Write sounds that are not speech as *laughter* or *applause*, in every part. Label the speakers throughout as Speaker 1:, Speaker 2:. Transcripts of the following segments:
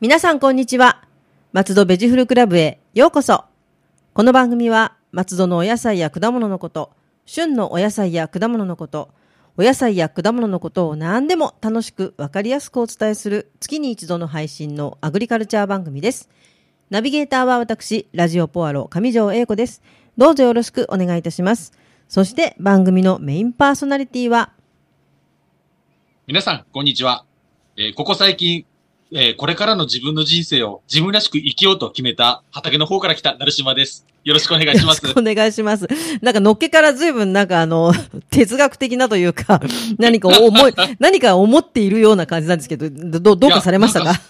Speaker 1: 皆さんこんにちは。松戸ベジフルクラブへようこそ。この番組は松戸のお野菜や果物のこと、旬のお野菜や果物のこと、お野菜や果物のことを何でも楽しくわかりやすくお伝えする月に一度の配信のアグリカルチャー番組です。ナビゲーターは私、ラジオポアロ上条英子です。どうぞよろしくお願いいたします。そして番組のメインパーソナリティは、
Speaker 2: 皆さん、こんにちは。えーここ最近、えーこれからの自分の人生を自分らしく生きようと決めた畑の方から来た成島です。よろしくお願いします。
Speaker 1: お願いします。なんかのっけから随分なんかあの、 *laughs* 哲学的なというか、何か思
Speaker 2: *laughs*
Speaker 1: い、何か思っているような感じなんですけど、どど、どうかされました
Speaker 2: いや
Speaker 1: か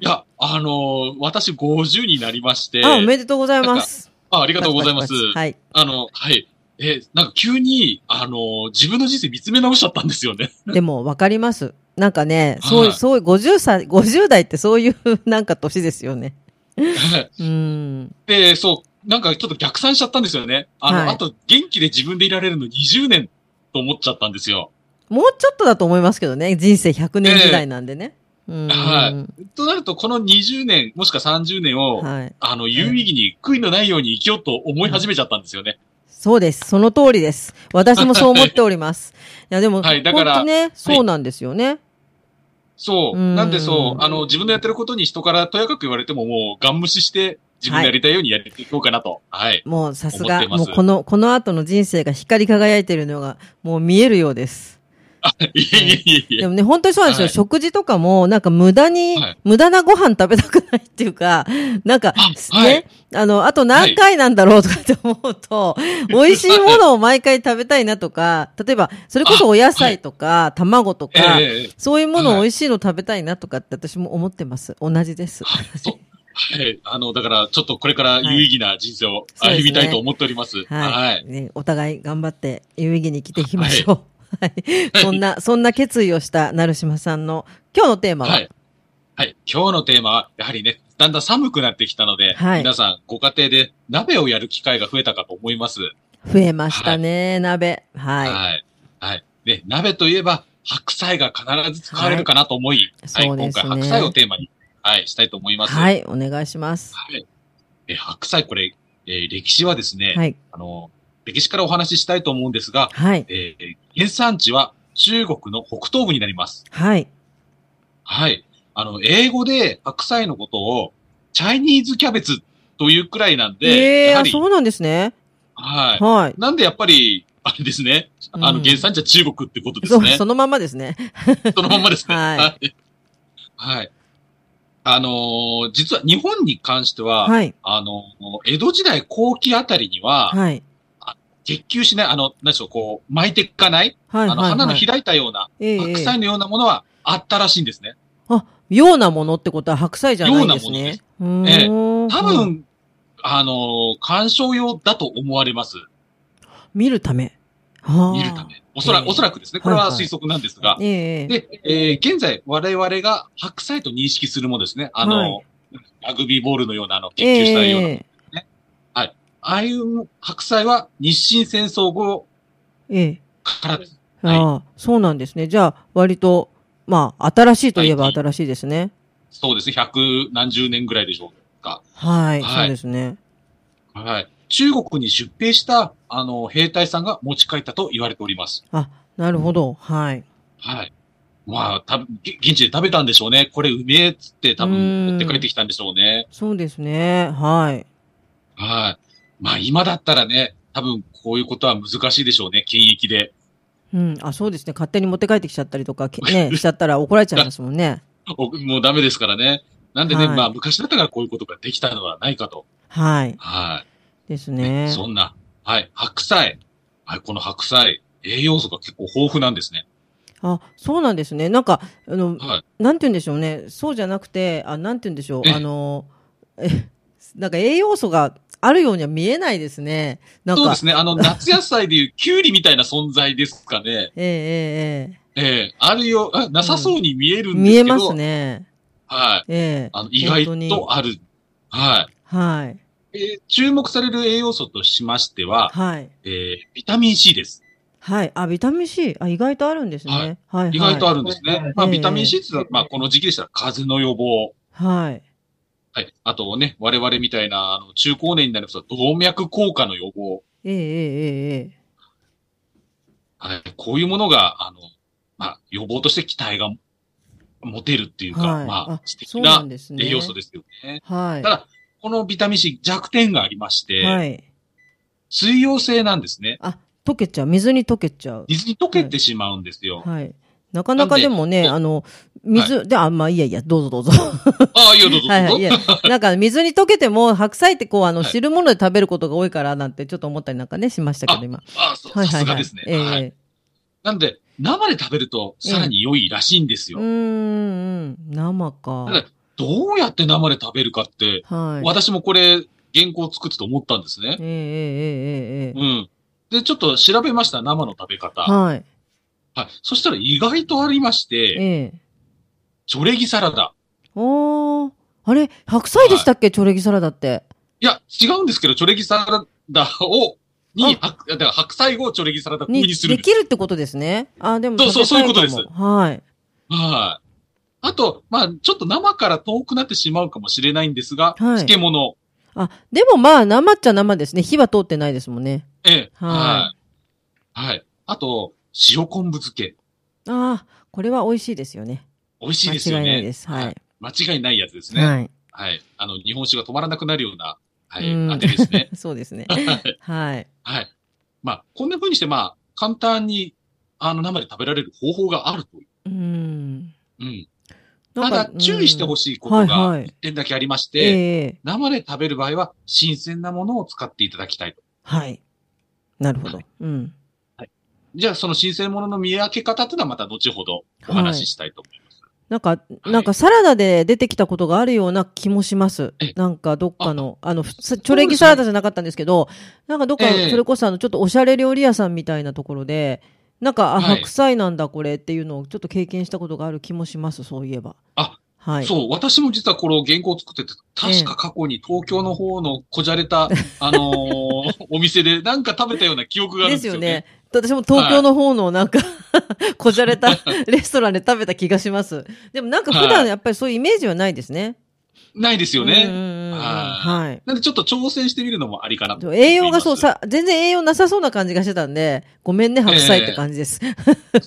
Speaker 2: いや、あのー私50になりまして、
Speaker 1: あ、おめでとうございます。
Speaker 2: ああり
Speaker 1: あ
Speaker 2: がとうございます。
Speaker 1: はい。
Speaker 2: あの、はい。えーなんか急に、あのー自分の人生見つめ直しちゃったんです
Speaker 1: *laughs*
Speaker 2: よね。
Speaker 1: でもわかります。なんかね、そう、
Speaker 2: はい
Speaker 1: そう、50歳、50代ってそう *laughs* いうなんか年ですよね。うん。
Speaker 2: で、そう、なんかちょっと逆算しちゃったんですよね。あの、
Speaker 1: はい
Speaker 2: あと元気で自分でいられるの20年と思っちゃったんですよ。
Speaker 1: もうちょっとだと思いますけどね、人生100年時代なんでね。うん。
Speaker 2: はとなると、この20年、もしくは30年を、
Speaker 1: はい。
Speaker 2: あの、有意義に悔いのないように生きようと思い始めちゃったんですよね。
Speaker 1: そうです。その通りです。私もそう思っており
Speaker 2: *laughs*
Speaker 1: ます。いや、でも、
Speaker 2: はいだから
Speaker 1: 本当ね、そうなんですよね。
Speaker 2: そう。
Speaker 1: うん
Speaker 2: なんでそう、あの、自分のやってることに人からとやかく言われてももう、ガン無視して、自分のやりたいようにやっていこうかなと。
Speaker 1: *laughs*
Speaker 2: はい。
Speaker 1: もうさす
Speaker 2: 思っ
Speaker 1: が、
Speaker 2: てます
Speaker 1: もうこの、この後の人生が光り輝いているのが、もう見えるようです。
Speaker 2: いえいえいえい
Speaker 1: で
Speaker 2: え。
Speaker 1: もね、本当にそうなんですよ。
Speaker 2: はい
Speaker 1: 食事とかも、なんか無駄に、
Speaker 2: はい
Speaker 1: 無駄なご飯食べたくないっていうか、なんか、
Speaker 2: あ
Speaker 1: す
Speaker 2: はい
Speaker 1: ね、あの、あと何回なんだろうとかって思うと、美味しいものを毎回食べたいなとか、例えば、それこそお野菜とか、卵と
Speaker 2: え
Speaker 1: か、
Speaker 2: えええ
Speaker 1: そういうものを美味しいの食べたいなとかって私も思ってます。同じです。
Speaker 2: そう。はい。あの、だから、ちょっとこれから有意義な人生を
Speaker 1: はい
Speaker 2: 歩みたいと思っておりま
Speaker 1: は
Speaker 2: す。
Speaker 1: い。
Speaker 2: はい。
Speaker 1: *laughs* ね、お互い頑張って有意義に生きていきましょう。はい。そんな、そんな決意をした成島さんの今日のテーマは、
Speaker 2: はい。はい。今日のテーマは、やはりね、だんだん寒くなってきたので、
Speaker 1: はい
Speaker 2: 皆さん、ご家庭で鍋をやる機会が増えたかと思います。
Speaker 1: 増えましたね、鍋。はい。
Speaker 2: はい。はい。で、鍋といえば、白菜が必ず使われるかなと思い、
Speaker 1: は
Speaker 2: はいい、
Speaker 1: そうですね
Speaker 2: 今回白菜をテーマに、はい、したいと思います。。
Speaker 1: はいい、お願いします。
Speaker 2: はい、え白菜、これ、えー歴史はですね、
Speaker 1: はい。
Speaker 2: あの、歴史からお話ししたいと思うんですが、
Speaker 1: はい。
Speaker 2: えー原産地は中国の北東部になります。
Speaker 1: はい。
Speaker 2: はい。あの、英語で白菜のことを、チャイニーズキャベツというくらいなんで、
Speaker 1: ええ
Speaker 2: やは
Speaker 1: あ、
Speaker 2: り、
Speaker 1: そうなんですね。
Speaker 2: はい。
Speaker 1: はい。
Speaker 2: なんでやっぱり、あれですね、あ
Speaker 1: う
Speaker 2: の、
Speaker 1: ん
Speaker 2: 原産地は中国ってことです
Speaker 1: そう
Speaker 2: ね。
Speaker 1: そのまんまですね。
Speaker 2: そのまんまですね。
Speaker 1: はい
Speaker 2: い。はい。あのー実は日本に関しては、
Speaker 1: はい。
Speaker 2: あのー江戸時代後期あたりには、
Speaker 1: はい。
Speaker 2: 結球しない、あの、何でしょう、こう、巻いていかない、
Speaker 1: はい。
Speaker 2: あの、
Speaker 1: はい。
Speaker 2: 花の
Speaker 1: はい
Speaker 2: 開いたような、
Speaker 1: ええ
Speaker 2: 白菜のようなものはあったらしいんですね。
Speaker 1: あ、ようなものってことは白菜じゃないんですね。うーん
Speaker 2: ですええ多
Speaker 1: う
Speaker 2: 分、
Speaker 1: ん
Speaker 2: あのー鑑賞用だと思われます。
Speaker 1: 見るため。はあ
Speaker 2: 見るた。め。おそら
Speaker 1: え
Speaker 2: く、
Speaker 1: え
Speaker 2: おそらくですね。これ
Speaker 1: は
Speaker 2: はい
Speaker 1: はい
Speaker 2: 推測なんですが。
Speaker 1: ええ
Speaker 2: で、えー現在、我々が白菜と認識するものですね。あのー
Speaker 1: は
Speaker 2: ラグビーボールのような、あの、
Speaker 1: え
Speaker 2: 結球したような
Speaker 1: え
Speaker 2: ああいう白菜は日清戦争後
Speaker 1: ええ。
Speaker 2: からです。はい
Speaker 1: ああ、そうなんですね。じゃあ、割と、まあ、新しいといえば
Speaker 2: はい
Speaker 1: 新しいですね。
Speaker 2: そうですね。百何十年ぐらいでしょうか。
Speaker 1: はい、
Speaker 2: はい
Speaker 1: そうですね。
Speaker 2: はい。中国に出兵した、あの、兵隊さんが持ち帰ったと言われております。
Speaker 1: あ、なるほど。はい。
Speaker 2: はい。まあ、たぶん、げ現地で食べたんでしょうね。これうめえっつって多
Speaker 1: うん
Speaker 2: 分持って帰ってきたんでしょうね。
Speaker 1: そうですね。はい。
Speaker 2: はい。まあ、今だったらね、多分こういうことは難しいでしょうね。検疫で。
Speaker 1: うん。あ、そうですね。勝手に持って帰ってきちゃったりとか、け
Speaker 2: *laughs*
Speaker 1: ね、しちゃったら怒られちゃいますもんね。
Speaker 2: おもうダメですからね。なんでね、
Speaker 1: はい
Speaker 2: まあ、昔だったからこういうことができたのはないかと。
Speaker 1: はい。
Speaker 2: はい。
Speaker 1: です
Speaker 2: ね
Speaker 1: ね。
Speaker 2: そんな、はい、白菜。はい、この白菜、栄養素が結構豊富なんですね。
Speaker 1: あ、そうなんですね。なんか、あの、
Speaker 2: はい。
Speaker 1: なんて言うんでしょうね。そうじゃなくて、あ、なんて言うんでしょう。
Speaker 2: ええ
Speaker 1: あの、え、なんか栄養素があるようには見えないですね。なんか、
Speaker 2: そうですね。
Speaker 1: *laughs*
Speaker 2: あの、夏野菜でいうキュウリみたいな存在ですかね。
Speaker 1: えええええ
Speaker 2: ええあるよ、あなさそうに見え
Speaker 1: え
Speaker 2: るんで
Speaker 1: 見
Speaker 2: す
Speaker 1: え
Speaker 2: けど、
Speaker 1: ますね。
Speaker 2: はい。
Speaker 1: ええ
Speaker 2: あの、意
Speaker 1: 本
Speaker 2: 外
Speaker 1: 当に
Speaker 2: とある。は
Speaker 1: はい。
Speaker 2: い。えー注目される栄養素としましては、
Speaker 1: はい。
Speaker 2: えービタミン C です。
Speaker 1: はい。あ、ビタミン C。あ、意外とあるんですね。
Speaker 2: は
Speaker 1: はいい。はい
Speaker 2: 意外とあるんですね。
Speaker 3: はい
Speaker 2: まあ、
Speaker 1: ええ
Speaker 2: ビタミン C っていうのは、まあ、この時期でしたら、風邪の予防。
Speaker 1: はい。
Speaker 2: はい。あとね、我々みたいな、あの、中高年になりますと、動脈硬化の予防。
Speaker 1: えええええ
Speaker 2: はい。こういうものが、あの、まあ、予防として期待が持てるってい
Speaker 1: え
Speaker 2: うか、
Speaker 1: はい。
Speaker 2: まあ、素
Speaker 1: そう
Speaker 2: 敵
Speaker 1: な
Speaker 2: なん
Speaker 1: ですね。
Speaker 2: 栄養素ですよね。
Speaker 1: はい。
Speaker 2: ただ、このビタミン C 弱点がありまして、
Speaker 1: はい。
Speaker 2: 水溶性なんですね。
Speaker 1: あ、溶けちゃう。水に溶けちゃう。
Speaker 2: 水に溶けてしまうんですよ。
Speaker 1: はい。なかなかでもね、
Speaker 2: なん
Speaker 1: あの、水、で、あ、まあ、いいやいや、どうぞどうぞ。
Speaker 2: ああ、いや、どうぞどうぞ。
Speaker 1: はい
Speaker 2: *laughs*
Speaker 1: はい。いや、なんか水に溶けても、白菜ってこう、あの、
Speaker 2: はい
Speaker 1: 汁物で食べることが多いから、なんてちょっと思ったりなんかね、しましたけど、今。
Speaker 2: ああ、そう、
Speaker 1: はい
Speaker 2: さ
Speaker 1: はい
Speaker 2: すが
Speaker 1: はい
Speaker 2: ですね。。
Speaker 1: え
Speaker 2: はい
Speaker 1: え
Speaker 2: なんで、生で食べると、さらに良いらしいんです
Speaker 1: う
Speaker 2: よ。
Speaker 1: ーん、うん。生
Speaker 2: ただ
Speaker 1: か。
Speaker 2: どうやって生で食べるかって、
Speaker 1: はい。
Speaker 2: 私もこれ、原稿作ってて思ったんですね。
Speaker 1: えええええええ
Speaker 2: う
Speaker 1: え
Speaker 2: ん。で、ちょっと調べました、生の食べ方。は
Speaker 1: はい。
Speaker 2: い。そしたら意外とありまし
Speaker 1: え
Speaker 2: て、
Speaker 1: え
Speaker 2: チョレギサラダ。
Speaker 1: おー。あれ白菜でしたっけ、チョレギサラダって。
Speaker 2: いや、違うんですけど、チョレギサラダを、に、白だから白菜をチョレギサラダ風
Speaker 1: に、
Speaker 2: にするん
Speaker 1: で
Speaker 2: です
Speaker 1: きるってことですね。あ、でも
Speaker 2: そうそう
Speaker 1: 食べた
Speaker 2: そういうこと
Speaker 1: かもはい。
Speaker 2: はい。あと、まあ、ちょっと生から遠くなってしまうかもしれないんですが、
Speaker 1: はい
Speaker 2: 漬物。
Speaker 1: あ、でもまあ、生っちゃ生ですね。火は通ってないですもんね。
Speaker 2: ええ。
Speaker 1: は
Speaker 2: はい。はい。あと、塩昆布漬け。
Speaker 1: ああ、これは美味しいですよね。
Speaker 2: 美味しい
Speaker 1: 間
Speaker 2: ですよ
Speaker 1: 違
Speaker 2: ね。
Speaker 1: いないです。はい。。
Speaker 2: 間違いないやつですね。はい。
Speaker 1: はい。
Speaker 2: あの、日本酒が止まらなくなるような、は
Speaker 1: う
Speaker 2: い、
Speaker 1: ん
Speaker 2: あてですね。
Speaker 1: *laughs* そうです
Speaker 2: *laughs*
Speaker 1: ね。
Speaker 2: はい
Speaker 1: はい。
Speaker 2: はい。まあ、こんな風にして、まあ、簡単に、あの、生で食べられる方法があるという。
Speaker 1: うん。
Speaker 2: うん。
Speaker 1: な
Speaker 2: た
Speaker 1: んか
Speaker 2: だ、注意してほ
Speaker 1: しい
Speaker 2: しいこと
Speaker 1: は
Speaker 2: が、
Speaker 1: いはい
Speaker 2: 一点だけありまして、
Speaker 1: ええ
Speaker 2: 生で食べる場合は、新鮮なものを使っていただきたいと。
Speaker 1: はい。なるほど。うん。
Speaker 2: じゃあ、その新鮮ものの見分け方っていうのはまた後ほどお話ししたいと思います。
Speaker 1: なんか、なんかサラダで出てきたことがあるような気もします
Speaker 2: え。
Speaker 1: なんかどっかの、あの、ふチ
Speaker 2: ですね
Speaker 1: ョレギサラダじゃなかったんですけど、なんかどっか、
Speaker 2: ええ
Speaker 1: それこそあの、ちょっとおしゃれ料理屋さんみたいなところで、なんか、あ、
Speaker 2: はい
Speaker 1: 白菜なんだこれっていうのをちょっと経験したことがある気もします、そういえば。
Speaker 2: あ、
Speaker 1: はい。
Speaker 2: そう、私も実はこれを原稿を作ってて、確か過去に東京の方のこじゃれた、あのー
Speaker 1: *laughs*
Speaker 2: お店でなんか食べたような記憶がある
Speaker 1: で
Speaker 2: んですす
Speaker 1: よ
Speaker 2: よ
Speaker 1: ね
Speaker 2: ね。。
Speaker 1: 私も東京の方のなんか、こじゃれたレストランで食べた気がします。でもなんか普
Speaker 2: は
Speaker 1: 段
Speaker 2: い
Speaker 1: やっぱりそういうイメージはないですね。
Speaker 2: ないですよ
Speaker 1: うんうん
Speaker 2: ね。
Speaker 1: うんうん
Speaker 2: は
Speaker 1: はい。
Speaker 2: なんでちょっと挑戦してみるのもありかなと思います。
Speaker 1: 栄養がそう、さ、全然栄養なさそうな感じがしてたんで、ごめんね、白菜って感じです。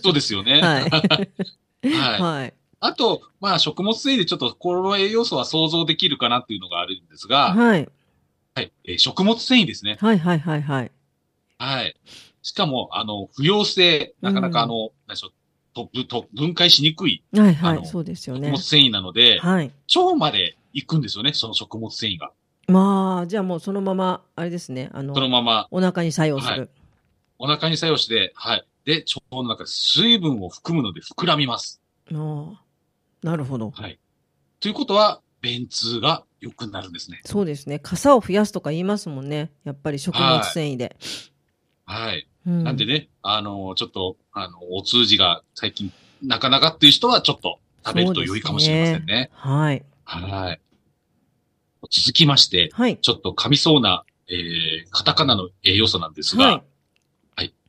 Speaker 2: そうですよね。
Speaker 1: はい。
Speaker 2: はい
Speaker 1: はい。
Speaker 2: あと、まあ、食物繊維でちょっとこの栄養素は想像できるかなっていうのがあるんですが、
Speaker 1: はい。
Speaker 2: はいえー食物繊維ですね。
Speaker 1: はい、はい、はい、はい。
Speaker 2: はい。しかも、あの、不溶性、なかなか
Speaker 1: うん
Speaker 2: あの、何でしょう、とぶと分解しにくい
Speaker 1: はい、
Speaker 2: あ
Speaker 1: はい。
Speaker 2: の
Speaker 1: そうですよ
Speaker 2: 食
Speaker 1: ね
Speaker 2: 物。繊維なので、
Speaker 1: はい。
Speaker 2: 腸まで行くんですよね、その食物繊維が。
Speaker 1: まあ、じゃあもうそのまま、あれですね、あの
Speaker 2: そ、のまま
Speaker 1: お腹に作用する。
Speaker 2: お腹に作用して、はい。で、腸の中で水分を含むので膨らみます。
Speaker 1: ああなるほど。
Speaker 2: はい。ということは、便通が良くなるんですね。
Speaker 1: そうですね。傘を増やすとか言いますもんね。やっぱり食物繊維で。
Speaker 2: はい。
Speaker 1: うん
Speaker 2: なんでね、あの、ちょっと、あの、お通じが最近なかなかっていう人はちょっと食べると良いかもしれませんね。
Speaker 1: はい。
Speaker 2: はい。続きまして、
Speaker 1: はい。
Speaker 2: ちょっと噛みそうな、えー、カタカナの栄養素なんですが、
Speaker 1: は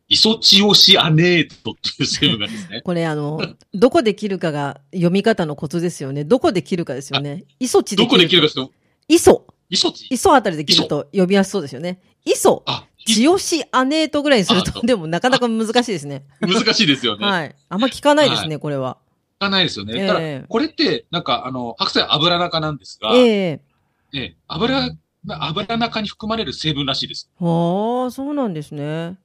Speaker 2: イソチオシアネートっていう成分がです
Speaker 1: *laughs*
Speaker 2: ね
Speaker 1: い。、これ、あの、どこで切るかが読み方のコツですよね。どこで切るかですよね。イソチで
Speaker 2: ど
Speaker 1: 切る。
Speaker 2: こで切るかというと、
Speaker 1: イソ。
Speaker 2: イソチ
Speaker 1: イソあたりで切ると呼びやすそうですよね。イソ、
Speaker 2: あ、い
Speaker 1: チヨシアネートぐらいにする
Speaker 2: あ
Speaker 1: と、でもなかなか難しいですね。
Speaker 2: 難しいですよね。
Speaker 1: はい。あんま聞かないですね、これは。
Speaker 2: 聞かないですよね。
Speaker 1: ええ
Speaker 2: ただ、これって、なんか、あの、白菜油中なんですが、え
Speaker 1: ええ
Speaker 2: え油、油中に含まれる成分らしいです。
Speaker 1: はあ、そうなんですね。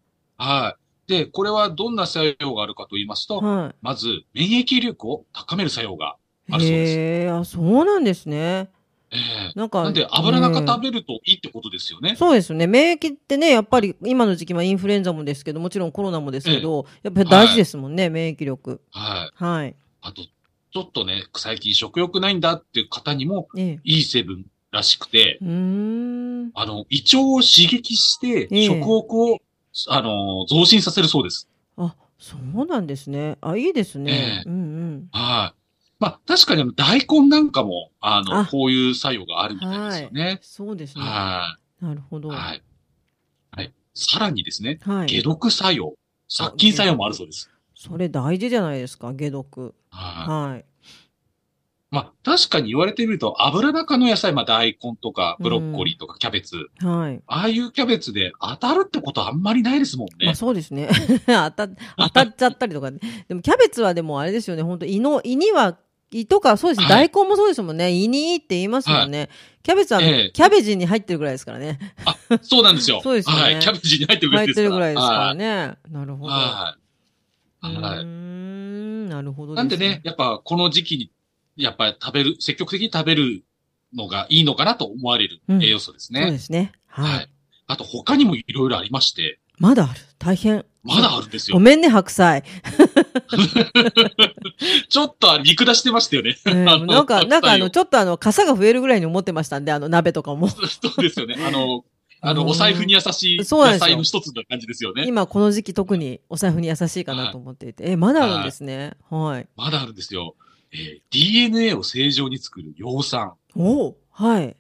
Speaker 2: はい。で、これはどんな作用があるかと言いますと、
Speaker 1: は
Speaker 2: まず、免疫力を高める作用がある
Speaker 1: い。
Speaker 2: そうです。
Speaker 1: へえ、あ、そうなんですね。
Speaker 2: ええ
Speaker 1: なんか。
Speaker 2: なんで、油
Speaker 1: う
Speaker 2: 中
Speaker 1: ん
Speaker 2: 食べるといいってことですよ
Speaker 1: *laughs*
Speaker 2: ね。
Speaker 1: そうですね。免疫ってね、やっぱり今の時期はインフルエンザもですけど、もちろんコロナもですけど、やっぱり大事ですもんね、免疫力。
Speaker 2: はい。
Speaker 1: はい。
Speaker 2: あと、ちょっとね、最近食欲ないんだっていう方にも、
Speaker 1: ええ。
Speaker 2: いい成分らしくて、
Speaker 1: うーん。
Speaker 2: あの、胃腸を刺激し
Speaker 1: え
Speaker 2: て
Speaker 1: え、
Speaker 2: 食欲を、あの、増進させるそうです。
Speaker 1: あ、そうなんですね。あ、いいですね。
Speaker 2: え
Speaker 1: うん
Speaker 2: はい。まあ、確かにあの大根なんかも、あの、
Speaker 1: あ
Speaker 2: こういう作用があるみたいですよ
Speaker 1: うん
Speaker 2: ね。。
Speaker 1: そうですね。
Speaker 2: は
Speaker 1: なるほ
Speaker 2: い。
Speaker 1: ど。
Speaker 2: は
Speaker 1: はい。
Speaker 2: い。はい。さらにですね、
Speaker 1: は
Speaker 2: 解
Speaker 1: い。
Speaker 2: 毒作用。殺菌作用もあるそうです。
Speaker 1: それ大事じゃないですか、解毒。
Speaker 2: はい。
Speaker 1: はい。
Speaker 2: まあ、確かに言われてみると、油中の野菜、まあ、大根とか、ブロッコリーとか、キャベツ、
Speaker 1: はい。
Speaker 2: ああいうキャベツで当たるってことあんまりないですもん
Speaker 1: まあ
Speaker 2: ね。
Speaker 1: そうです
Speaker 2: *laughs*
Speaker 1: ね。当た、当たっちゃったりとかね。でもキャベツはでもあれですよね。本当胃の、胃には、胃とかそうです、
Speaker 2: は
Speaker 1: 大根もそうですもんね。胃にいいって言いますもんね。キャベツはあの、
Speaker 2: ええ
Speaker 1: キャベジに入ってるぐらいですからね。
Speaker 2: そうなんですよ。
Speaker 1: そうですよね
Speaker 2: はい。キャベツに入ってるぐらい
Speaker 1: 入って
Speaker 2: ですから。
Speaker 1: るぐらいですからね。なるほど。
Speaker 2: はい。
Speaker 1: う
Speaker 2: はい。
Speaker 1: ーん、なるほど
Speaker 2: なんでね、。やっぱこの時期に、やっぱり食べる、積極的に食べるのがいいのかなと思われる
Speaker 1: うん
Speaker 2: 栄養素です
Speaker 1: そう
Speaker 2: ね。
Speaker 1: ですね。はい。
Speaker 2: はい。あと他にもいろいろありまして、
Speaker 1: まだある。大変。
Speaker 2: まだあるんです
Speaker 1: ご
Speaker 2: よ。
Speaker 1: めんね、白
Speaker 2: *laughs*
Speaker 1: 菜。
Speaker 2: ちょっと見下してましたよね。
Speaker 1: えー
Speaker 2: あの
Speaker 1: なんか、なんかあの、
Speaker 2: 白
Speaker 1: ちょっとあの、傘が増えるぐらいに思ってましたんで、あの、鍋とかも。
Speaker 2: 菜を *laughs* そうですよね。あの、あ
Speaker 1: う
Speaker 2: の、
Speaker 1: ん
Speaker 2: お財布に優しい
Speaker 1: そうなんで
Speaker 2: 野
Speaker 1: すよ
Speaker 2: 菜の一つな感じですよね。
Speaker 1: 今この時期特にお財布に優しいかなと思っていて。え、まだあるんですね。はい。
Speaker 2: まだあるんですよ。えー DNA を正常に作る葉酸。
Speaker 1: おおはい。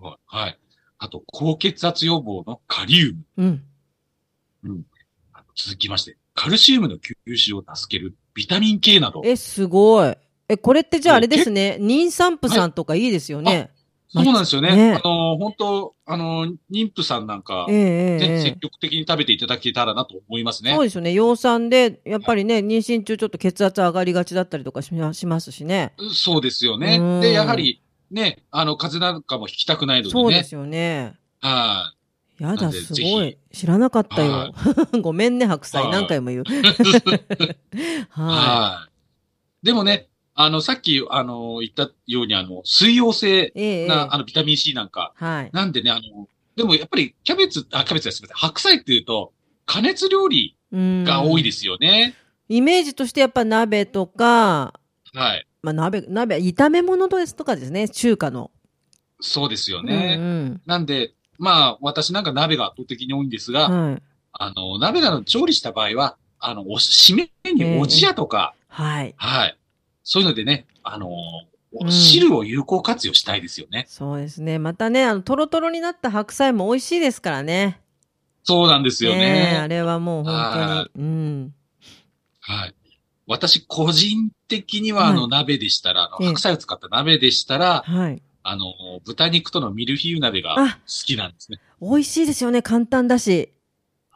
Speaker 2: はい。あと、高血圧予防のカリウム。
Speaker 1: うん。
Speaker 2: あの続きまして、カルシウムの吸収を助けるビタミン K など。
Speaker 1: え、すごい。え、これってじゃああれですね。妊産婦さんとかいいですよね。
Speaker 2: そうなんですよね。
Speaker 1: ね
Speaker 2: あの、本当あの、妊婦さんなんか、
Speaker 1: ええ
Speaker 2: ね、
Speaker 1: えええ
Speaker 2: 積極的に食べていただけたらなと思います
Speaker 1: え
Speaker 2: ね
Speaker 1: そう。ですよね。養酸で、やっぱりね、妊娠中ちょっと血圧上がりがちだったりとかしましますしね。
Speaker 2: そうですよ
Speaker 1: う
Speaker 2: ね
Speaker 1: ん。
Speaker 2: で、やはり、ね、あの、風邪なんかも引きたくないので
Speaker 1: そうで
Speaker 2: ね。
Speaker 1: すよね。
Speaker 2: は
Speaker 1: や
Speaker 2: な
Speaker 1: だ、
Speaker 2: んですぜ
Speaker 1: ごい
Speaker 2: ひ。
Speaker 1: 知らなかったよ
Speaker 2: は。
Speaker 1: *laughs* ごめんね、白菜。
Speaker 2: はい
Speaker 1: 何回も言う。
Speaker 2: い。
Speaker 1: は
Speaker 2: はい。でもね、あの、さっき、あの、言ったように、あの、水溶性
Speaker 1: い。ええええ
Speaker 2: な、あの、ビタミン C なんか、
Speaker 1: はい。
Speaker 2: なんでね、あの、でもやっぱりキャベツ、あ、キャベツですみません。白菜っていうと、加熱料理
Speaker 1: が。
Speaker 2: が多いですすよね。
Speaker 1: イメージとしてやっぱ鍋とか、
Speaker 2: はい。
Speaker 1: まあ、鍋、鍋、炒め物ですとかですね、中華の。
Speaker 2: そうですよね。
Speaker 1: うん
Speaker 2: なんで、まあ、私なんか鍋が圧倒的に多いんですが、
Speaker 1: うん。はい。
Speaker 2: あの、鍋など調理した場合は、あの、おし、締めにおじやとか、
Speaker 1: はい。
Speaker 2: はい。そういうのでね、あの、
Speaker 1: うん
Speaker 2: 汁を有効活用したいですよね。
Speaker 1: そうですね。またね、あの、トロトロになった白菜も美味しいですからね。
Speaker 2: そうなんですよね。
Speaker 1: えあれはもう本
Speaker 2: は
Speaker 1: 当に。うん。
Speaker 2: はい。私、個人的には、あ
Speaker 1: は
Speaker 2: の、
Speaker 1: い
Speaker 2: 鍋でしたら、あ
Speaker 1: ええ
Speaker 2: の、白菜を使った鍋でしたら、
Speaker 1: はい。
Speaker 2: あの、豚肉とのミルフィーユ鍋が好
Speaker 1: あ
Speaker 2: きなんですね。
Speaker 1: 美味しいですよね。簡単だし。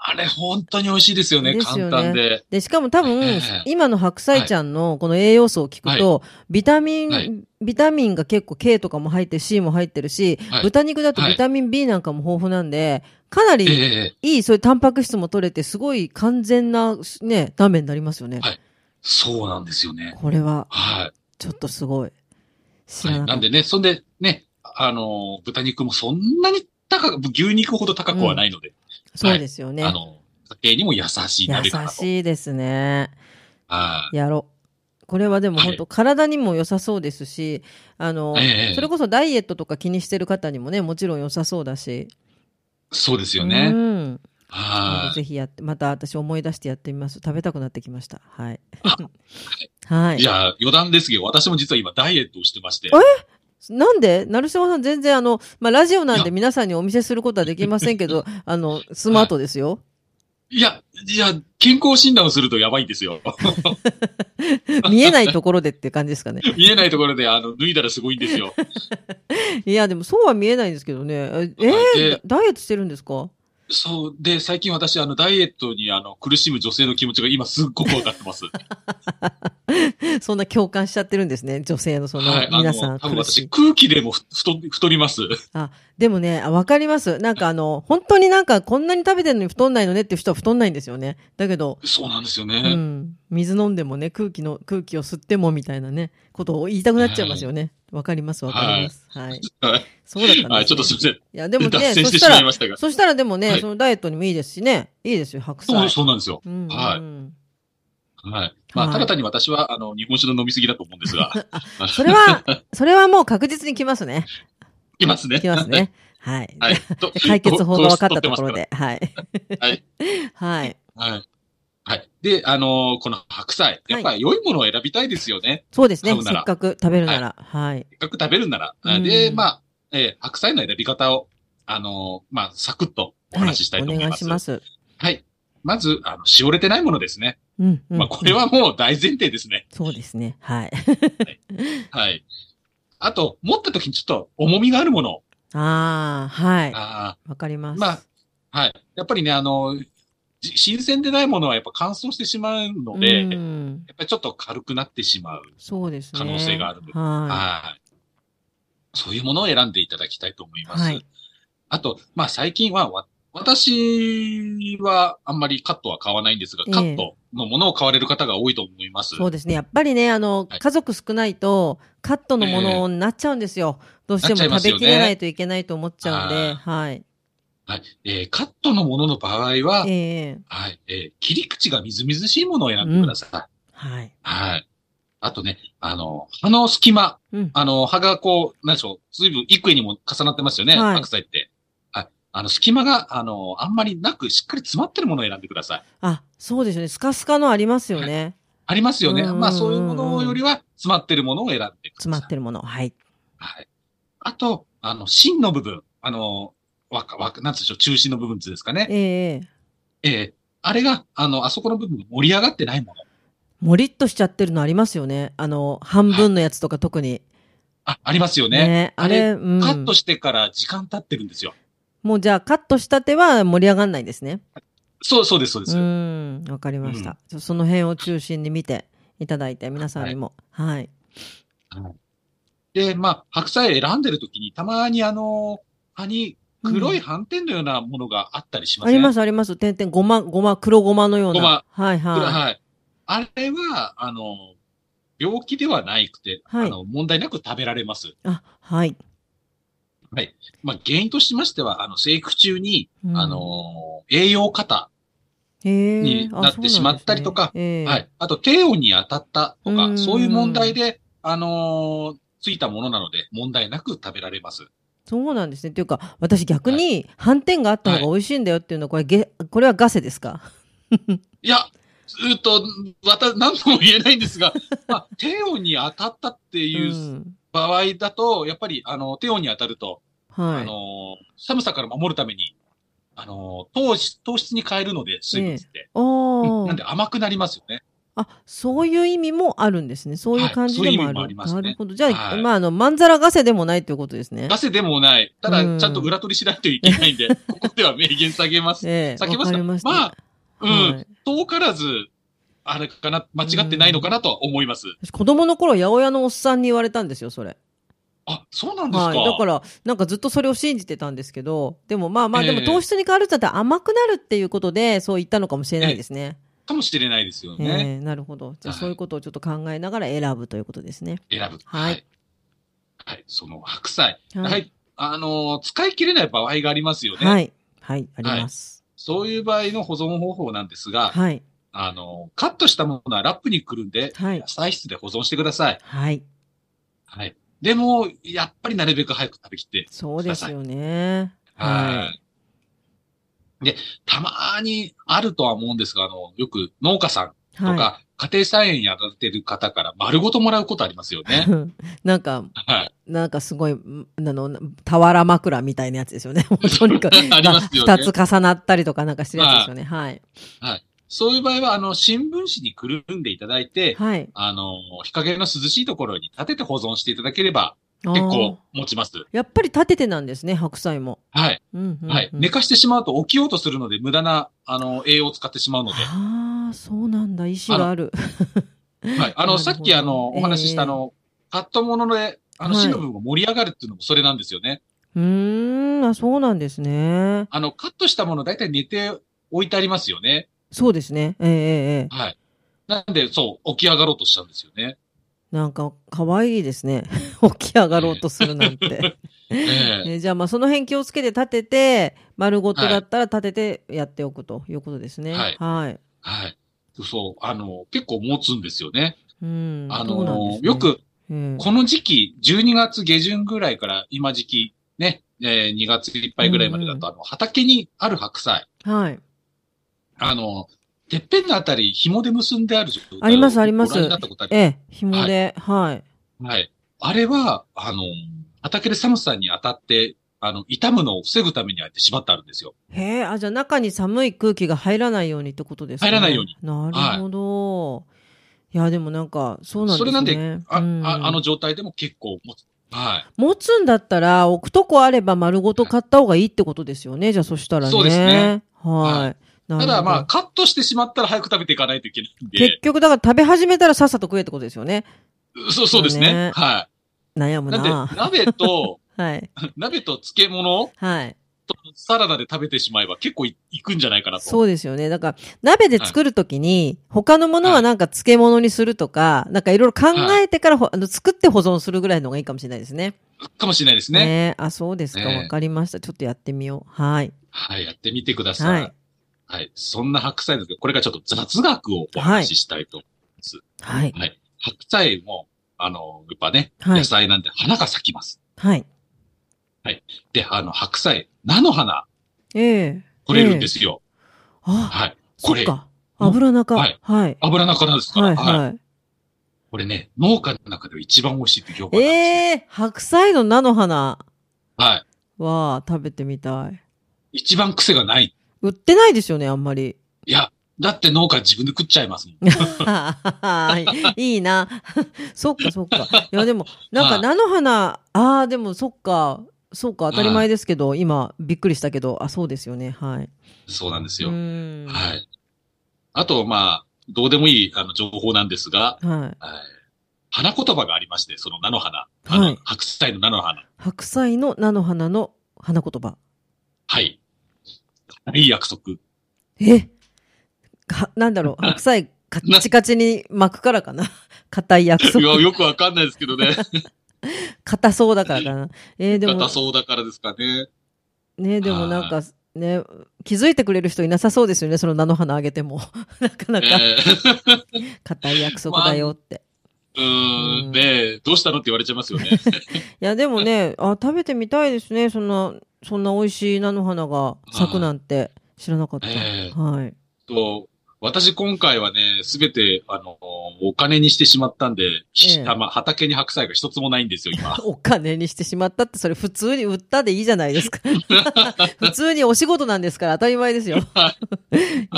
Speaker 2: あれ、本当に美味しいですよね。
Speaker 1: ですよね
Speaker 2: 簡単で。
Speaker 1: で、しかも多分、
Speaker 2: ええ
Speaker 1: 今の白菜ちゃんのこの栄養素を聞くと、ビタミン、
Speaker 2: はい
Speaker 1: ビタミンが結構 K とかも入って C も入ってるし、
Speaker 2: はい
Speaker 1: 豚肉だとビタミン B なんかも豊富なんで、かな
Speaker 2: え
Speaker 1: り
Speaker 2: え
Speaker 1: いい、そういうタンパク質も取れて、すごい完全なね、ダメになりますよね。
Speaker 2: はいそうなんですよね。
Speaker 1: これは、
Speaker 2: はい。
Speaker 1: ちょっとすごい。知
Speaker 2: は
Speaker 1: ら
Speaker 2: い
Speaker 1: なかっ
Speaker 2: なん
Speaker 1: た。
Speaker 2: でね、そんで、ね、あの、豚肉もそんなに高く、牛肉ほど高くはないので、
Speaker 1: そうですよね。
Speaker 2: あの、家庭にも優しい
Speaker 1: 優
Speaker 2: 鍋かなと。
Speaker 1: しいですね。
Speaker 2: は
Speaker 1: やろう。これはでも
Speaker 2: はい
Speaker 1: 本当、体にも良さそうですし、あの、
Speaker 2: ええ
Speaker 1: それこそダイエットとか気にしてる方にもね、もちろん良さそうだし。
Speaker 2: い。そうですよ
Speaker 1: う
Speaker 2: ね。
Speaker 1: ん。
Speaker 2: はい。
Speaker 1: ぜひやって、また私思い出してやってみます。食べたくなってきました。はい。はいい。
Speaker 2: や、余談ですけど、私も実は今ダイエットをしてまして。
Speaker 1: なんで、成島さん全然あの、まあ、ラジオなん
Speaker 2: い
Speaker 1: で
Speaker 2: や
Speaker 1: 皆さんにお見せすることはできませんけど、あの、スマートですよ。
Speaker 2: いや、いや、健康診断をするとやばいんですよ。 *laughs*
Speaker 1: 見えないところでっていう感じですかね。
Speaker 2: 見えないところで、あの、脱いだらすごいんですよ。
Speaker 1: *laughs* いや、でもそうは見えないんですけどね。ええ
Speaker 2: はい
Speaker 1: ー
Speaker 2: で
Speaker 1: ダダイエットしてるんですか
Speaker 2: そう。で、最近私、あの、ダイエットに、あの、苦しむ女性の気持ちが今すっごくわかってます。
Speaker 1: *laughs* そんな共感しちゃってるんですね。女性 *laughs* のその、
Speaker 2: はい。あ
Speaker 1: 皆さ
Speaker 2: の、
Speaker 1: ん
Speaker 2: 多分
Speaker 1: 苦し
Speaker 2: 私、
Speaker 1: い。
Speaker 2: 空気でもふ太、太ります。
Speaker 1: でもね、あわかります。なんかあの、本当になんかこんなに食べてるのに太んないのねっていう人は太んないんですよね。だけど、
Speaker 2: そうなんですよ
Speaker 1: う
Speaker 2: ね。
Speaker 1: ん、水飲んでもね、空気の、空気を吸ってもみたいなね、ことを言いたくなっちゃいますよね。わかります、わかります。はい。
Speaker 2: *laughs* はい
Speaker 1: そうだったんです、ね。
Speaker 2: はい、ちょっとすいません。
Speaker 1: いや、でも
Speaker 2: 脱
Speaker 1: ね、そ
Speaker 2: 線して
Speaker 1: し
Speaker 2: したまいま
Speaker 1: ら、
Speaker 2: したが。
Speaker 1: そしたらでもね、
Speaker 2: はい
Speaker 1: そのダイエットにもいいですしね、いいですよ、白
Speaker 2: そう、
Speaker 1: 菜。
Speaker 2: そうなんですよ。
Speaker 1: うん、
Speaker 2: はい
Speaker 1: うん
Speaker 2: はい。ま
Speaker 1: は
Speaker 2: あ、
Speaker 1: い
Speaker 2: ただ単に私は、あの、日本酒の飲みすぎだと思うんですが。
Speaker 1: それは、それはもう確実に来ますね。
Speaker 2: いますね。
Speaker 1: 来ます。ね。はい。
Speaker 2: はい。と
Speaker 1: 解決法が分かったところ。
Speaker 2: と
Speaker 1: で。はい。
Speaker 2: とはい。
Speaker 1: *laughs* はい。
Speaker 2: はい。はい。で、あのーこの白菜、やっぱり良いものを選びたいですよね。
Speaker 1: そうですね
Speaker 2: 買。うな
Speaker 1: せ
Speaker 2: ら
Speaker 1: っかく食べるなら。はい。
Speaker 2: せっかく食べるなら。
Speaker 1: うん
Speaker 2: で、まあ、えー白菜の選び方を、あのーまあ、サクッとお話ししたいと思い
Speaker 1: お願
Speaker 2: ま
Speaker 1: いし
Speaker 2: す。
Speaker 1: ます。
Speaker 2: はい。まず、あの、しおれてないものですね。
Speaker 1: うんうん
Speaker 2: まあ、これはもう大前提ですね。
Speaker 1: そうですね。はい。
Speaker 2: はい。あと、持った時にちょっと重みがあるもの。
Speaker 1: ああ、はい。
Speaker 2: あ
Speaker 1: わかります。
Speaker 2: まああ、はい。やっぱりね、あの、じ新鮮でないものはやっぱ乾燥してしまうので、
Speaker 1: う
Speaker 2: やっ
Speaker 1: ん、
Speaker 2: ぱりちょっと軽くなってしまう。
Speaker 1: そうですね。
Speaker 2: 可能性があるので
Speaker 1: は
Speaker 2: はい。そういうものを選んでいただきたいと思います。
Speaker 1: はい
Speaker 2: あと、まあ最近はわ、私はあんまりカットは買わないんですが、
Speaker 1: ええ
Speaker 2: カットのものを買われる方が多いと思います。
Speaker 1: い。そうですね。やっぱりね、あの、
Speaker 2: はい
Speaker 1: 家族少ないと、カットのものになっちゃうんですよ。どうしても
Speaker 2: なっちゃい
Speaker 1: 食
Speaker 2: ます
Speaker 1: べ
Speaker 2: よね
Speaker 1: きれないといけないと思っちゃうんで、
Speaker 2: あー
Speaker 1: はい。
Speaker 2: はい。えーカットのものの場合は、
Speaker 1: ええ
Speaker 2: はい。えー切り口がみずみずしいものを選んでください。
Speaker 1: はい。
Speaker 2: はい。あとね、あの、葉の隙間、
Speaker 1: うん。
Speaker 2: あの、葉がこう、なんでしょう、随分幾重にも重なってますよね、
Speaker 1: はい
Speaker 2: 白菜って。はい。あの、隙間が、あの、あんまりなく、しっかり詰まってるものを選んでください。
Speaker 1: あ、そうですよね。スカスカのありますよね。
Speaker 2: ありますよね。
Speaker 1: うんうんうん
Speaker 2: まあそういうものよりは詰まってるものを選んでください。
Speaker 1: 詰まってるもの。はい。
Speaker 2: はい。あと、あの、芯の部分。あの、わか、わか、なんつうんでしょう、中心の部分ですかね。
Speaker 1: ええ
Speaker 2: ええあれが、あの、あそこの部分が盛り上がってないもの。
Speaker 1: もりっとしちゃってるのありますよね。あの、半分のやつとか特に。
Speaker 2: あ、ありますよね。
Speaker 1: ね。あれ、うん
Speaker 2: カットしてから時間経ってるんですよ。
Speaker 1: もうじゃあ、カットしたては盛り上がんないんですね。
Speaker 2: そう、そうです、そうです。
Speaker 1: うん、わかりました、ちょその辺を中心に見ていただいて、皆さんにも。はい。
Speaker 2: で、まあ、白菜選んでる時に、たまにあの、葉に黒い斑点のようなものがあったりしま
Speaker 1: あ
Speaker 2: せん、。
Speaker 1: りますす、あります。点々、ごま、ごま、黒ごまのような。
Speaker 2: ごま
Speaker 1: はい、は
Speaker 2: はい。あれは、あの、病気ではないくて、
Speaker 1: はい
Speaker 2: あの、問題なく食べられます。
Speaker 1: い。あ、はい。
Speaker 2: まあ、原因としましては、あの、生育中に、
Speaker 1: うん
Speaker 2: あ、のー栄養過多、
Speaker 1: へー
Speaker 2: になってしまったりとか、
Speaker 1: あそうなんですねええ
Speaker 2: はい。あと、低温に当たったと
Speaker 1: う
Speaker 2: か、
Speaker 1: ん
Speaker 2: そういう問題で、あのーついたものなので、問題なく食べられます。
Speaker 1: そうなんですね。というか、私逆に、斑点があった方が美味しいんだよっていうのは、これ、げこれはガセですか
Speaker 2: いや、ずーっと、わた、何とも言えないんで
Speaker 1: *laughs*
Speaker 2: すが、まあ、低温に当たったっていううん場合だと、やっぱり、あの、低温に当たると、
Speaker 1: はい。
Speaker 2: あのー寒さから守るために、あのー糖質、糖質に変えるので、水分って。
Speaker 1: おー
Speaker 2: なんで甘くなりますよね。
Speaker 1: あ、そういう意味もあるんですね。そういう感じでもある。
Speaker 2: はいそういう意味もありますね
Speaker 1: なるほど。じゃあ、
Speaker 2: はい
Speaker 1: まあ、あの、まんざらガセでもないということですね
Speaker 2: ガ。セでもない。ただ、
Speaker 1: うん
Speaker 2: ちゃんと裏取りしないといけないん
Speaker 1: *laughs*
Speaker 2: で、ここでは明言下げます。
Speaker 1: え
Speaker 2: 避けま
Speaker 1: わか
Speaker 2: すか
Speaker 1: りました。
Speaker 2: まあうん。
Speaker 1: はい
Speaker 2: 遠からず、あれかな、間違ってないのかなとは思います。
Speaker 1: 私子供の頃、八百屋のおっさんに言われたんですよ、それ。
Speaker 2: あ、そうなんですか。
Speaker 1: はい。だから、なんかずっとそれを信じてたんですけど、でもまあまあ、
Speaker 2: ええ
Speaker 1: でも糖質に変わるって言ったら甘くなるっていうことで、そう言ったのかもしれないですね。
Speaker 2: かもしれないですよ
Speaker 1: え
Speaker 2: ね。
Speaker 1: えなるほど。じゃあ、
Speaker 2: はい
Speaker 1: そういうことをちょっと考えながら選ぶということですね。
Speaker 2: 選ぶ。
Speaker 1: はい
Speaker 2: はい。はいその白菜。
Speaker 1: はい
Speaker 2: はい。あのー使い切れない場合がありますよね。
Speaker 1: はい。はい、あります。
Speaker 2: そういう場合の保存方法なんですが、
Speaker 1: はい。
Speaker 2: あのーカットしたものはラップにくるんで、
Speaker 1: はい
Speaker 2: 野。菜室で保存してください。
Speaker 1: はい。
Speaker 2: はい。でも、やっぱりなるべく早く食べきって
Speaker 1: そうですよね。
Speaker 2: はい。で、たまにあるとは思うんですが、あの、よく農家さん
Speaker 1: い。
Speaker 2: とか、家庭菜園やられてる方から丸ごともらうことあります
Speaker 1: *laughs*
Speaker 2: よね。
Speaker 1: なんか、
Speaker 2: はい。
Speaker 1: なんかすごい、んあの、俵枕みたいなやつですよね。も *laughs* うとにかく
Speaker 2: *laughs* ありますよね
Speaker 1: な二つ重なったりとかなんかしてるやつですよね。はい。
Speaker 2: そういう場合は、あの、新聞紙にくるんでいただいて、
Speaker 1: はい。
Speaker 2: あの、日陰の涼しいところに立てて保存していただければ、結構
Speaker 1: あ
Speaker 2: 持ちます。
Speaker 1: ー。やっぱり立ててなんですね、白菜も。
Speaker 2: はい。
Speaker 1: うん、うん。
Speaker 2: はい。寝かしてしまうと起きようとするので、無駄な、あの、栄養を使ってしまうので。
Speaker 1: ああ、そうなんだ。意志がある。
Speaker 2: はい。あ
Speaker 1: なるほど
Speaker 2: の、さっきあの、お話しした
Speaker 1: ええ
Speaker 2: あの、カットもので、あの、
Speaker 1: はい
Speaker 2: 芯の部分が盛り上がるっていうのもそれなんですよね。
Speaker 1: うーん、あ、そうなんですね。
Speaker 2: あの、カットしたもの大体寝て置いてありますよね。
Speaker 1: そうですね。ええええええ
Speaker 2: はい。なんで、そう、起き上がろうとしちゃうんですよね。
Speaker 1: なんか、可愛いですね。 *laughs* 起き上がろうとするなんて。
Speaker 2: ええ
Speaker 1: えじゃあ、まあ、その辺気をつけて立てて、丸ごとだったら立ててやっておくということですね。
Speaker 2: はい
Speaker 1: はい。
Speaker 2: はい。そう、あの、結構持つんですよね。
Speaker 1: うん。
Speaker 2: あ
Speaker 1: そうなん
Speaker 2: の、
Speaker 1: ですね
Speaker 2: よ、く、
Speaker 1: うん
Speaker 2: この時期、12月下旬ぐらいから今時期、ね、えー2月いっぱいぐらいまでだと、あの、畑にある白菜、
Speaker 1: はい。
Speaker 2: あの、てっぺんのあたり、紐で結んである状態を
Speaker 1: ありますあります
Speaker 2: ご覧になったことあり
Speaker 1: ええ、紐で、はい。
Speaker 2: はい。あれは、あの、畑で寒さに当たって、あの、傷むのを防ぐためにあえて縛ってあるんですよ。
Speaker 1: へえ、あ、じゃあ中に寒い空気が入らないようにってことですか、ね、
Speaker 2: 入らないように。
Speaker 1: なるほど。い、や、でもなんか、そうなんですね。
Speaker 2: それなんで、あ、
Speaker 1: うん
Speaker 2: ああの状態でも結構持つ。はい。
Speaker 1: 持つんだったら、置くとこあれば丸ごと買った方がいいってことですよね。じゃあそしたらね。
Speaker 2: そうですね。
Speaker 1: は。
Speaker 2: はい
Speaker 1: なる
Speaker 2: た
Speaker 1: ほど
Speaker 2: だまあ、カットしてしまったら早く食べていかないといけないん
Speaker 1: 結
Speaker 2: で、
Speaker 1: 局、だから食べ始めたらさっさと食えってことですよね。
Speaker 2: そうそうです
Speaker 1: ね
Speaker 2: ね。は
Speaker 1: 悩
Speaker 2: い。
Speaker 1: む
Speaker 2: なんで
Speaker 1: な。、
Speaker 2: 鍋と、 *laughs*
Speaker 1: はい。
Speaker 2: 鍋と漬物
Speaker 1: はい。
Speaker 2: とサラダで食べてしまえば結構いいくんじゃないかなと。
Speaker 1: そうですよね。だから、鍋で作るときに、他のものはなんか漬物にするとか、なんかいろいろ考えてからほ、あの作って保存するぐらいの方がいいかもしれないですね。
Speaker 2: かもしれないです
Speaker 1: ね
Speaker 2: ね。
Speaker 1: あ、そうですか。
Speaker 2: ねえ
Speaker 1: わかりました。ちょっとやってみよう。はい。
Speaker 2: はい、やってみてくださ。
Speaker 1: はいい
Speaker 2: はい。。そんな白菜ですけど、これからちょっと雑学をお話ししたいと。
Speaker 1: はい。
Speaker 2: はい。白菜も、あの、やっぱね、
Speaker 1: はい
Speaker 2: 野菜なんて花が咲きます。
Speaker 1: はい。
Speaker 2: で、あの、白菜、菜の花、
Speaker 1: ええ
Speaker 2: 取れるんですよ。
Speaker 1: あ、
Speaker 2: はい。こ
Speaker 1: そっ
Speaker 2: れ、
Speaker 1: か。油中。
Speaker 2: は
Speaker 1: はいい。はい。
Speaker 2: 油中なんですから、
Speaker 1: は。
Speaker 2: はいい、これね、農家の中では一番美味しいって評判なんです、ね
Speaker 1: ええ白菜の菜の花
Speaker 2: はい。
Speaker 1: は食べてみたい。
Speaker 2: 一番癖がない。
Speaker 1: 売ってないですよね、あんまり。
Speaker 2: いや、だって農家自分で食っちゃいますもん。
Speaker 1: いいな。 *laughs* そっかそっか。い
Speaker 2: *laughs*
Speaker 1: やでも、なん
Speaker 2: は
Speaker 1: か
Speaker 2: い
Speaker 1: 菜の花、ああ、でもそっか、そうか、当たり前ですけど、今、びっくりしたけど、あ、そうですよね。はい。
Speaker 2: そうなんです
Speaker 1: う
Speaker 2: よ。
Speaker 1: ーん。。
Speaker 2: はいい。あと、まあ、どうでもいい、あの、情報なんですが、
Speaker 1: はい。
Speaker 2: はい花言葉がありまして、その菜の花。あの
Speaker 1: はい
Speaker 2: 白菜の菜の花。
Speaker 1: 白菜の菜の花の花言葉。
Speaker 2: はい。いい約束。
Speaker 1: え *laughs* か、なんだろう、
Speaker 2: *laughs*
Speaker 1: 白菜、カッチカチに巻くからかな。 *laughs* 硬い約
Speaker 2: いや、
Speaker 1: 束。
Speaker 2: よくわかんないですけどね。
Speaker 1: 硬そうだからかな。えー、でも
Speaker 2: 硬、そうだからですかね。
Speaker 1: ね、でもなんか、ね、気づいてくれる人いなさそうですよね、その菜の花あげても。 *laughs* なかな
Speaker 2: え
Speaker 1: か、
Speaker 2: ー *laughs*
Speaker 1: 硬い約束だよって。
Speaker 2: うーん、ねえどうしたのって言われちゃいますよね。
Speaker 1: いやでもね、あ食べてみたいですね。そんなそんな美味しい菜の花が咲くなんて知らなかった。
Speaker 2: ええ
Speaker 1: はい。
Speaker 2: と私今回はね、すべて、あの、お金にしてしまったんで、ひ
Speaker 1: ええ。
Speaker 2: あまあ畑に白菜が一つもないんですよ、今
Speaker 1: *laughs* お金にしてしまったってそれ普通に売ったでいいじゃない
Speaker 2: *laughs*
Speaker 1: ですか。普通にお仕事なんですから当たり前ですよ。い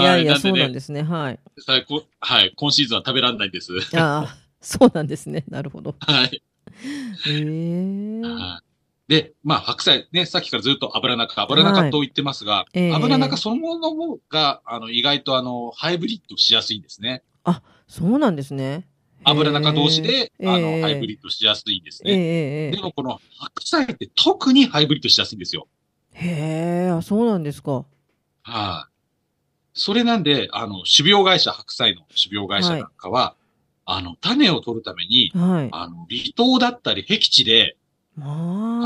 Speaker 1: やいや、
Speaker 2: はいなんで
Speaker 1: そ
Speaker 2: ね
Speaker 1: うなんですね。はい。
Speaker 2: 最高はい、今シーズンは食べられないんです。 *laughs*
Speaker 1: ああそうなんですね。なるほど。
Speaker 2: はい。
Speaker 1: ええ
Speaker 2: はいで、まあ、白菜ね、さっきからずっと油中、油中と言ってますが、
Speaker 1: ええ
Speaker 2: 油中そのものが、あの、意外とあの、ハイブリッドしやすいんですね。
Speaker 1: そうなんですね。
Speaker 2: 油中同士で、
Speaker 1: ええ
Speaker 2: あ
Speaker 1: ええ
Speaker 2: の、ハイブリッドしやすいんです
Speaker 1: ええ
Speaker 2: ね。
Speaker 1: ええ
Speaker 2: でもこの白菜って特にハイブリッドしやすいんですよ。
Speaker 1: へえ、あそうなんですか。
Speaker 2: はい、それなんで、あの、種苗会社、白菜の種苗会社なんかは、あの、種を取るために、
Speaker 1: はい。
Speaker 2: あの、離島だったり、僻地で、あ
Speaker 1: まあ、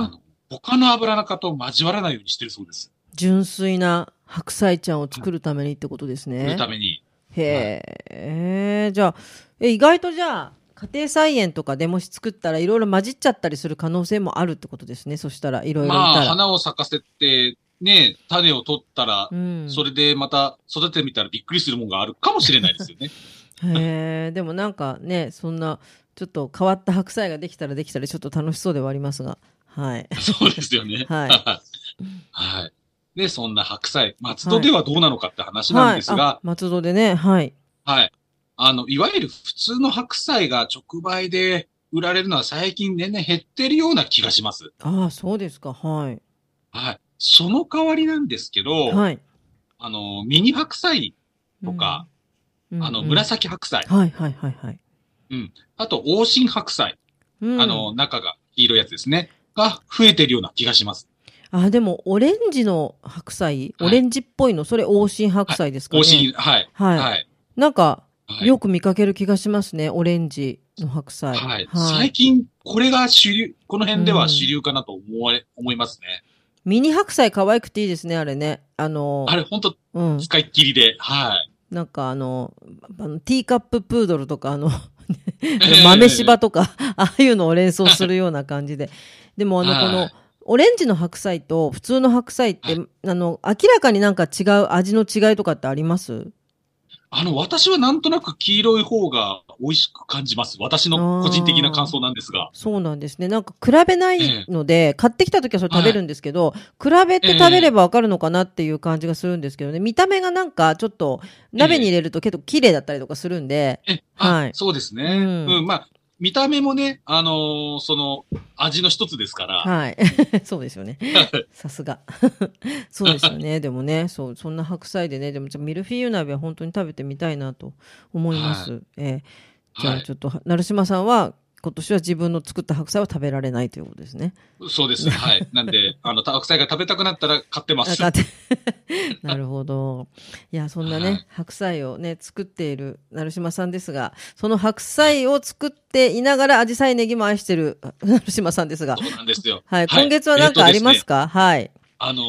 Speaker 2: の、他の油中と交わらないようにしてるそうです。
Speaker 1: 純粋な白菜ちゃんを作るためにってことです
Speaker 2: す
Speaker 1: ね。
Speaker 2: るために。
Speaker 1: へえ、じゃあ、え、意外とじゃあ、家庭菜園とかでもし作ったらいろいろ混じっちゃったりする可能性もあるってことですね。そしたらいろいろいた
Speaker 2: まあ、
Speaker 1: ら。
Speaker 2: 花を咲かせて、ね、種を取ったら
Speaker 1: う、ん。
Speaker 2: それでまた育ててみたらびっくりするものがあるかもしれないですよ
Speaker 1: *laughs*
Speaker 2: ね。
Speaker 1: へえ、でもなんかね、そんな、ちょっと変わった白菜ができたらできたらちょっと楽しそうではありますが。はい。
Speaker 2: そうですよね。
Speaker 1: はい
Speaker 2: い。 *laughs* はい。で、そんな白菜、松戸ではどうなのかって話なんです
Speaker 1: はいあ
Speaker 2: が、
Speaker 1: 松戸でね、はい。
Speaker 2: はい、あの、いわゆる普通の白菜が直売で売られるのは最近年々減ってるような気がします。
Speaker 1: ああ、そうですか、はい。
Speaker 2: はい。その代わりなんですけど、
Speaker 1: はい。
Speaker 2: あの、ミニ白菜、とか
Speaker 1: うん、
Speaker 2: あの、
Speaker 1: うんうん
Speaker 2: 紫白菜、
Speaker 1: はいはいはいはい。
Speaker 2: あと、黄心白菜、
Speaker 1: うん
Speaker 2: あの、中が黄色いやつですね、が増えてるような気がします。
Speaker 1: あ、でも、オレンジの白菜、
Speaker 2: はい
Speaker 1: オレンジっぽいの、それ、黄心白菜ですかね。
Speaker 2: 黄心、はい。
Speaker 1: はい。
Speaker 2: はい。
Speaker 1: なんか、
Speaker 2: はい
Speaker 1: よく見かける気がしますね、オレンジの白菜。
Speaker 2: はい。最近、これが主流、この辺では主流かなと思われ、思いますね。
Speaker 1: ミニ白菜可愛くていいですね、あれね。あの、
Speaker 2: あれ、ほんと、
Speaker 1: うん。
Speaker 2: 使いっきりで、はい。
Speaker 1: なんかあの、あのティーカッププードルとか、あ
Speaker 2: *laughs*
Speaker 1: の、豆柴とか、 *laughs* ああいうのを連想するような感じで。でも、あの、
Speaker 2: はい
Speaker 1: この、オレンジの白菜と普通の白菜って、あの、明らかになんか違う味の違いとかってあります
Speaker 2: あの、私はなんとなく黄色い方が美味しく感じます。私の個人的な感想なんですが。
Speaker 1: そうなんですね。なんか比べないので、買ってきた時はそれ食べるんですけど、比べて
Speaker 2: ええ
Speaker 1: 食べればわかるのかなっていう感じがするんですけどね。見た目がなんかちょっと鍋に入れると結構綺麗だったりとかするんで、
Speaker 2: え、あ
Speaker 1: はい
Speaker 2: そうですね。
Speaker 1: う
Speaker 2: うんん、まあ、見た目もね、あのーその、味の一つですから。
Speaker 1: *laughs* はい。そうですよ *laughs* ね。さすが。 *laughs* そうですよね。でもね、そう、そんな白菜でね、でもじゃあミルフィーユ鍋は本当に食べてみたいなと思います。ええじゃ
Speaker 2: は
Speaker 1: あ
Speaker 2: い
Speaker 1: ちょっと、成島さんは今年は自分の作った白菜は食べられないということですね。
Speaker 2: そうで
Speaker 1: *laughs*
Speaker 2: す。はい。なんで、あの、白菜が食べたくなったら買ってま
Speaker 1: あ
Speaker 2: す。
Speaker 1: だって *laughs* なるほど。いや、そんなね、
Speaker 2: はい
Speaker 1: 白菜をね、作っている成島さんですが、その白菜を作っていながら、アジサイネギも愛してる *laughs* あ成島さんですが、
Speaker 2: そうなんですよ。
Speaker 1: はい、今月は何かあります
Speaker 2: か、
Speaker 1: か、はい。
Speaker 2: あの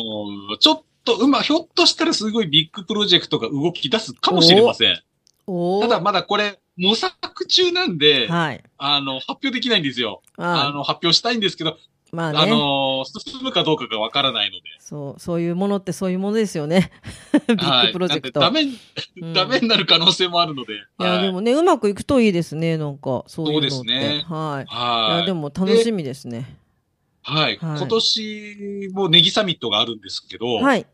Speaker 2: ーちょっと、うま、ひょっとしたらすごいビッグプロジェクトが動き出すかもしれません。
Speaker 1: おお。
Speaker 2: ただまだこれ、模索中なんで、
Speaker 1: はい。
Speaker 2: あの、発表できないんですよ。あ
Speaker 1: あ
Speaker 2: の、発表したいんですけど、
Speaker 1: まあ
Speaker 2: あ
Speaker 1: ね、
Speaker 2: のー進むかどうかがわからないので。
Speaker 1: そう、そういうものってそういうものですよね。 *laughs* ビッグプロジェクト。
Speaker 2: はい、なんでダ
Speaker 1: う
Speaker 2: メ、
Speaker 1: ん
Speaker 2: ダメになる可能性もあるので。
Speaker 1: いや、
Speaker 2: はい
Speaker 1: でもね、うまくいくといいですね、なんか、そういうのって。
Speaker 2: そうですね
Speaker 1: はい。い
Speaker 2: は
Speaker 1: や、
Speaker 2: い
Speaker 1: で。も楽しみですね。
Speaker 2: はい。
Speaker 1: はい
Speaker 2: 今年もネギサミットがあるんですけど、
Speaker 1: はい。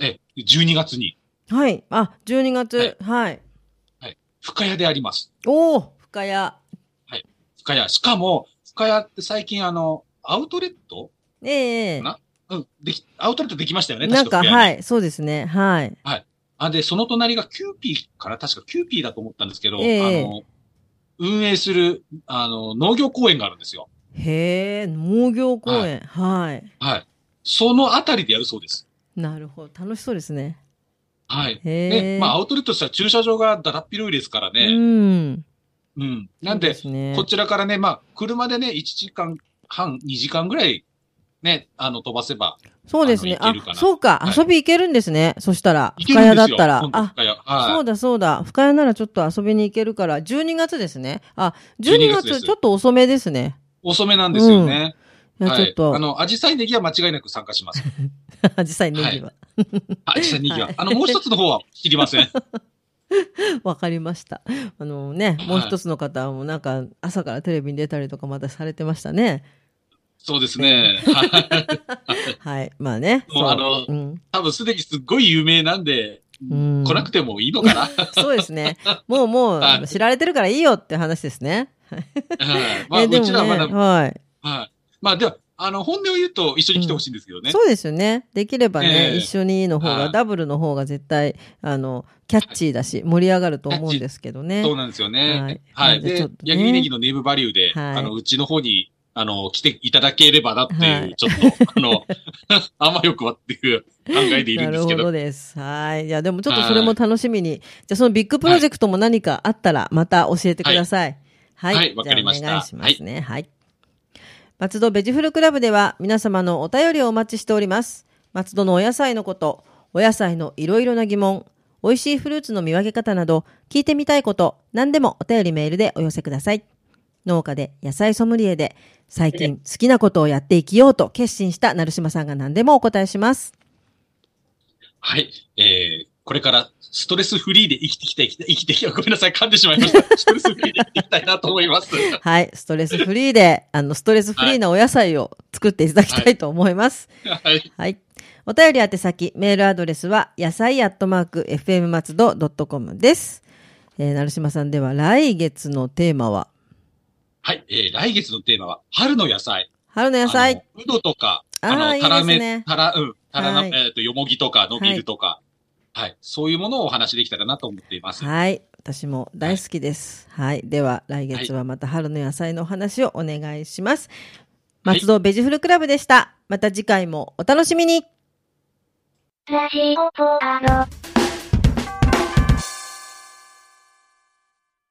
Speaker 2: え、12月に、
Speaker 1: はい。あ、12月。はい。
Speaker 2: 深谷であります。
Speaker 1: おお深谷。
Speaker 2: 深谷。しかも、深谷って最近あの、アウトレット
Speaker 1: ええ
Speaker 2: なうん、でき、アウトレットできましたよね、。
Speaker 1: なんか、はいい、そうですね。はい。
Speaker 2: あ、で、その隣がキューピーから、確かキューピーだと思ったんですけど、
Speaker 1: ええ
Speaker 2: あの、運営する、あの、農業公園があるんですよ。
Speaker 1: へえ、農業公園。はい。
Speaker 2: はい。そのあたりでやるそうです。
Speaker 1: なるほど。楽しそうですね。
Speaker 2: はい。
Speaker 1: へえ。
Speaker 2: ね、まあ、アウトレットとしては駐車場がだらっ広いですから
Speaker 1: う
Speaker 2: ね。
Speaker 1: ん。
Speaker 2: うん。なんで、
Speaker 1: そうすね
Speaker 2: こちらからね、まあ、車でね、1時間半、2時間ぐらい、ね、あの、飛ばせば、
Speaker 1: そうですね。
Speaker 2: あ
Speaker 1: あ
Speaker 2: の行けるか、な
Speaker 1: そうか。
Speaker 2: はい
Speaker 1: 遊び行けるんですね。そしたら、
Speaker 2: 行
Speaker 1: 深
Speaker 2: ける
Speaker 1: 谷
Speaker 2: ん
Speaker 1: だっ
Speaker 2: ですよ。
Speaker 1: たら
Speaker 2: 今。度
Speaker 1: あ、
Speaker 2: 深谷
Speaker 1: そ
Speaker 2: は
Speaker 1: うだそうだ。深谷ならちょっと遊びに行けるから、12月ですね。あ、12
Speaker 2: 12月で
Speaker 1: 月、
Speaker 2: す
Speaker 1: ちょっと遅めですね。
Speaker 2: い。遅めなんですよね。
Speaker 1: いや、
Speaker 2: は
Speaker 1: ちょっ
Speaker 2: い。
Speaker 1: *laughs*
Speaker 2: あ
Speaker 1: と、
Speaker 2: の、アジサイネギは間違いなく参加
Speaker 1: *laughs*
Speaker 2: します。
Speaker 1: アジサイネギは。
Speaker 2: あアジサイネギは。
Speaker 1: はい
Speaker 2: あの、もう一つの方は知り
Speaker 1: *laughs*
Speaker 2: ません。
Speaker 1: わかりました。あのね、もう
Speaker 2: はい
Speaker 1: 一つの方もなんか、朝からテレビに出たりとかまたされてましたね。
Speaker 2: そうですね。はい
Speaker 1: はい。まあね。
Speaker 2: もうあの
Speaker 1: うん。
Speaker 2: 多分すでにすっごい有名なんで、
Speaker 1: うん
Speaker 2: 来なくてもいいの
Speaker 1: *laughs*
Speaker 2: かな。
Speaker 1: そうです
Speaker 2: *laughs*
Speaker 1: ね。もうも
Speaker 2: は
Speaker 1: う、
Speaker 2: い
Speaker 1: 知られてるからいいよって話ですね。
Speaker 2: はいまあ、
Speaker 1: え
Speaker 2: う
Speaker 1: でも
Speaker 2: ちらはまだ、
Speaker 1: ねはい。
Speaker 2: はい。まあ、では、あの、本音を言うと一緒に来てほしいんですけどね。
Speaker 1: そうですよね。できればね、
Speaker 2: ええ
Speaker 1: 一緒にの方が、
Speaker 2: はい
Speaker 1: ダブルの方が絶対、あの、キャッチーだし、盛り上がると思うんですけどね。
Speaker 2: そうなんですよね。
Speaker 1: はい
Speaker 2: は
Speaker 1: な
Speaker 2: い。
Speaker 1: んでち
Speaker 2: で
Speaker 1: ょっと、ね
Speaker 2: ヤギネギのネームバリューで、
Speaker 1: はい
Speaker 2: あの、うちの方に、あの、来ていただければなって、
Speaker 1: はいいう
Speaker 2: ちょっと、あの、 *laughs* あんまよくはっていう考えでいる
Speaker 1: なん
Speaker 2: で
Speaker 1: る
Speaker 2: す
Speaker 1: ほ
Speaker 2: けど。
Speaker 1: どです。はい。いや、でもちょっとそれも楽しみに。じゃあそのビッグプロジェクトも何かあったら、また教えてください。はい。
Speaker 2: はいわかりまし
Speaker 1: じ
Speaker 2: た
Speaker 1: ゃあお願いしますね。はい。松戸ベジフルクラブでは皆様のお便りをお待ちしております。松戸のお野菜のこと、お野菜のいろいろな疑問、美味しいフルーツの見分け方など、聞いてみたいこと、何でもお便りメールでお寄せください。農家で野菜ソムリエで、最近好きなことをやっていきようと決心した成島さんが何でもお答えします。
Speaker 2: はい。えー、これからストレスフリーで生きてきたい、生きてきた、ごめんなさい、噛んでしまい
Speaker 1: *laughs*
Speaker 2: ました。ストレスフリーで生きていきたいなと思います。は
Speaker 1: はい、ストレスフリーで、あの、ストレスフリーなお野菜を作っていただきたいと思います。
Speaker 2: い。
Speaker 1: はい。お便り宛先、メールアドレスは、野菜アットマーク、fm 松戸 .com です。えー、成島さんでは、来月のテーマは、
Speaker 2: はい。えー、来月のテーマは、春の野菜。
Speaker 1: 春の野菜。
Speaker 2: あのうどとか、
Speaker 1: あー
Speaker 2: あの、
Speaker 1: いい
Speaker 2: たら
Speaker 1: で
Speaker 2: め、
Speaker 1: すね
Speaker 2: たら、うん、たらな、
Speaker 1: はい
Speaker 2: えっ、と、よもぎとか、のびるとか、はい、そういうものをお話できたらなと思っています。
Speaker 1: はい。私も大好きです。はい。では、来月はまた春の野菜のお話をお願いします。
Speaker 2: はい
Speaker 1: 松戸ベジフルクラブでした。また次回もお楽しみに。
Speaker 3: ラジオポアド。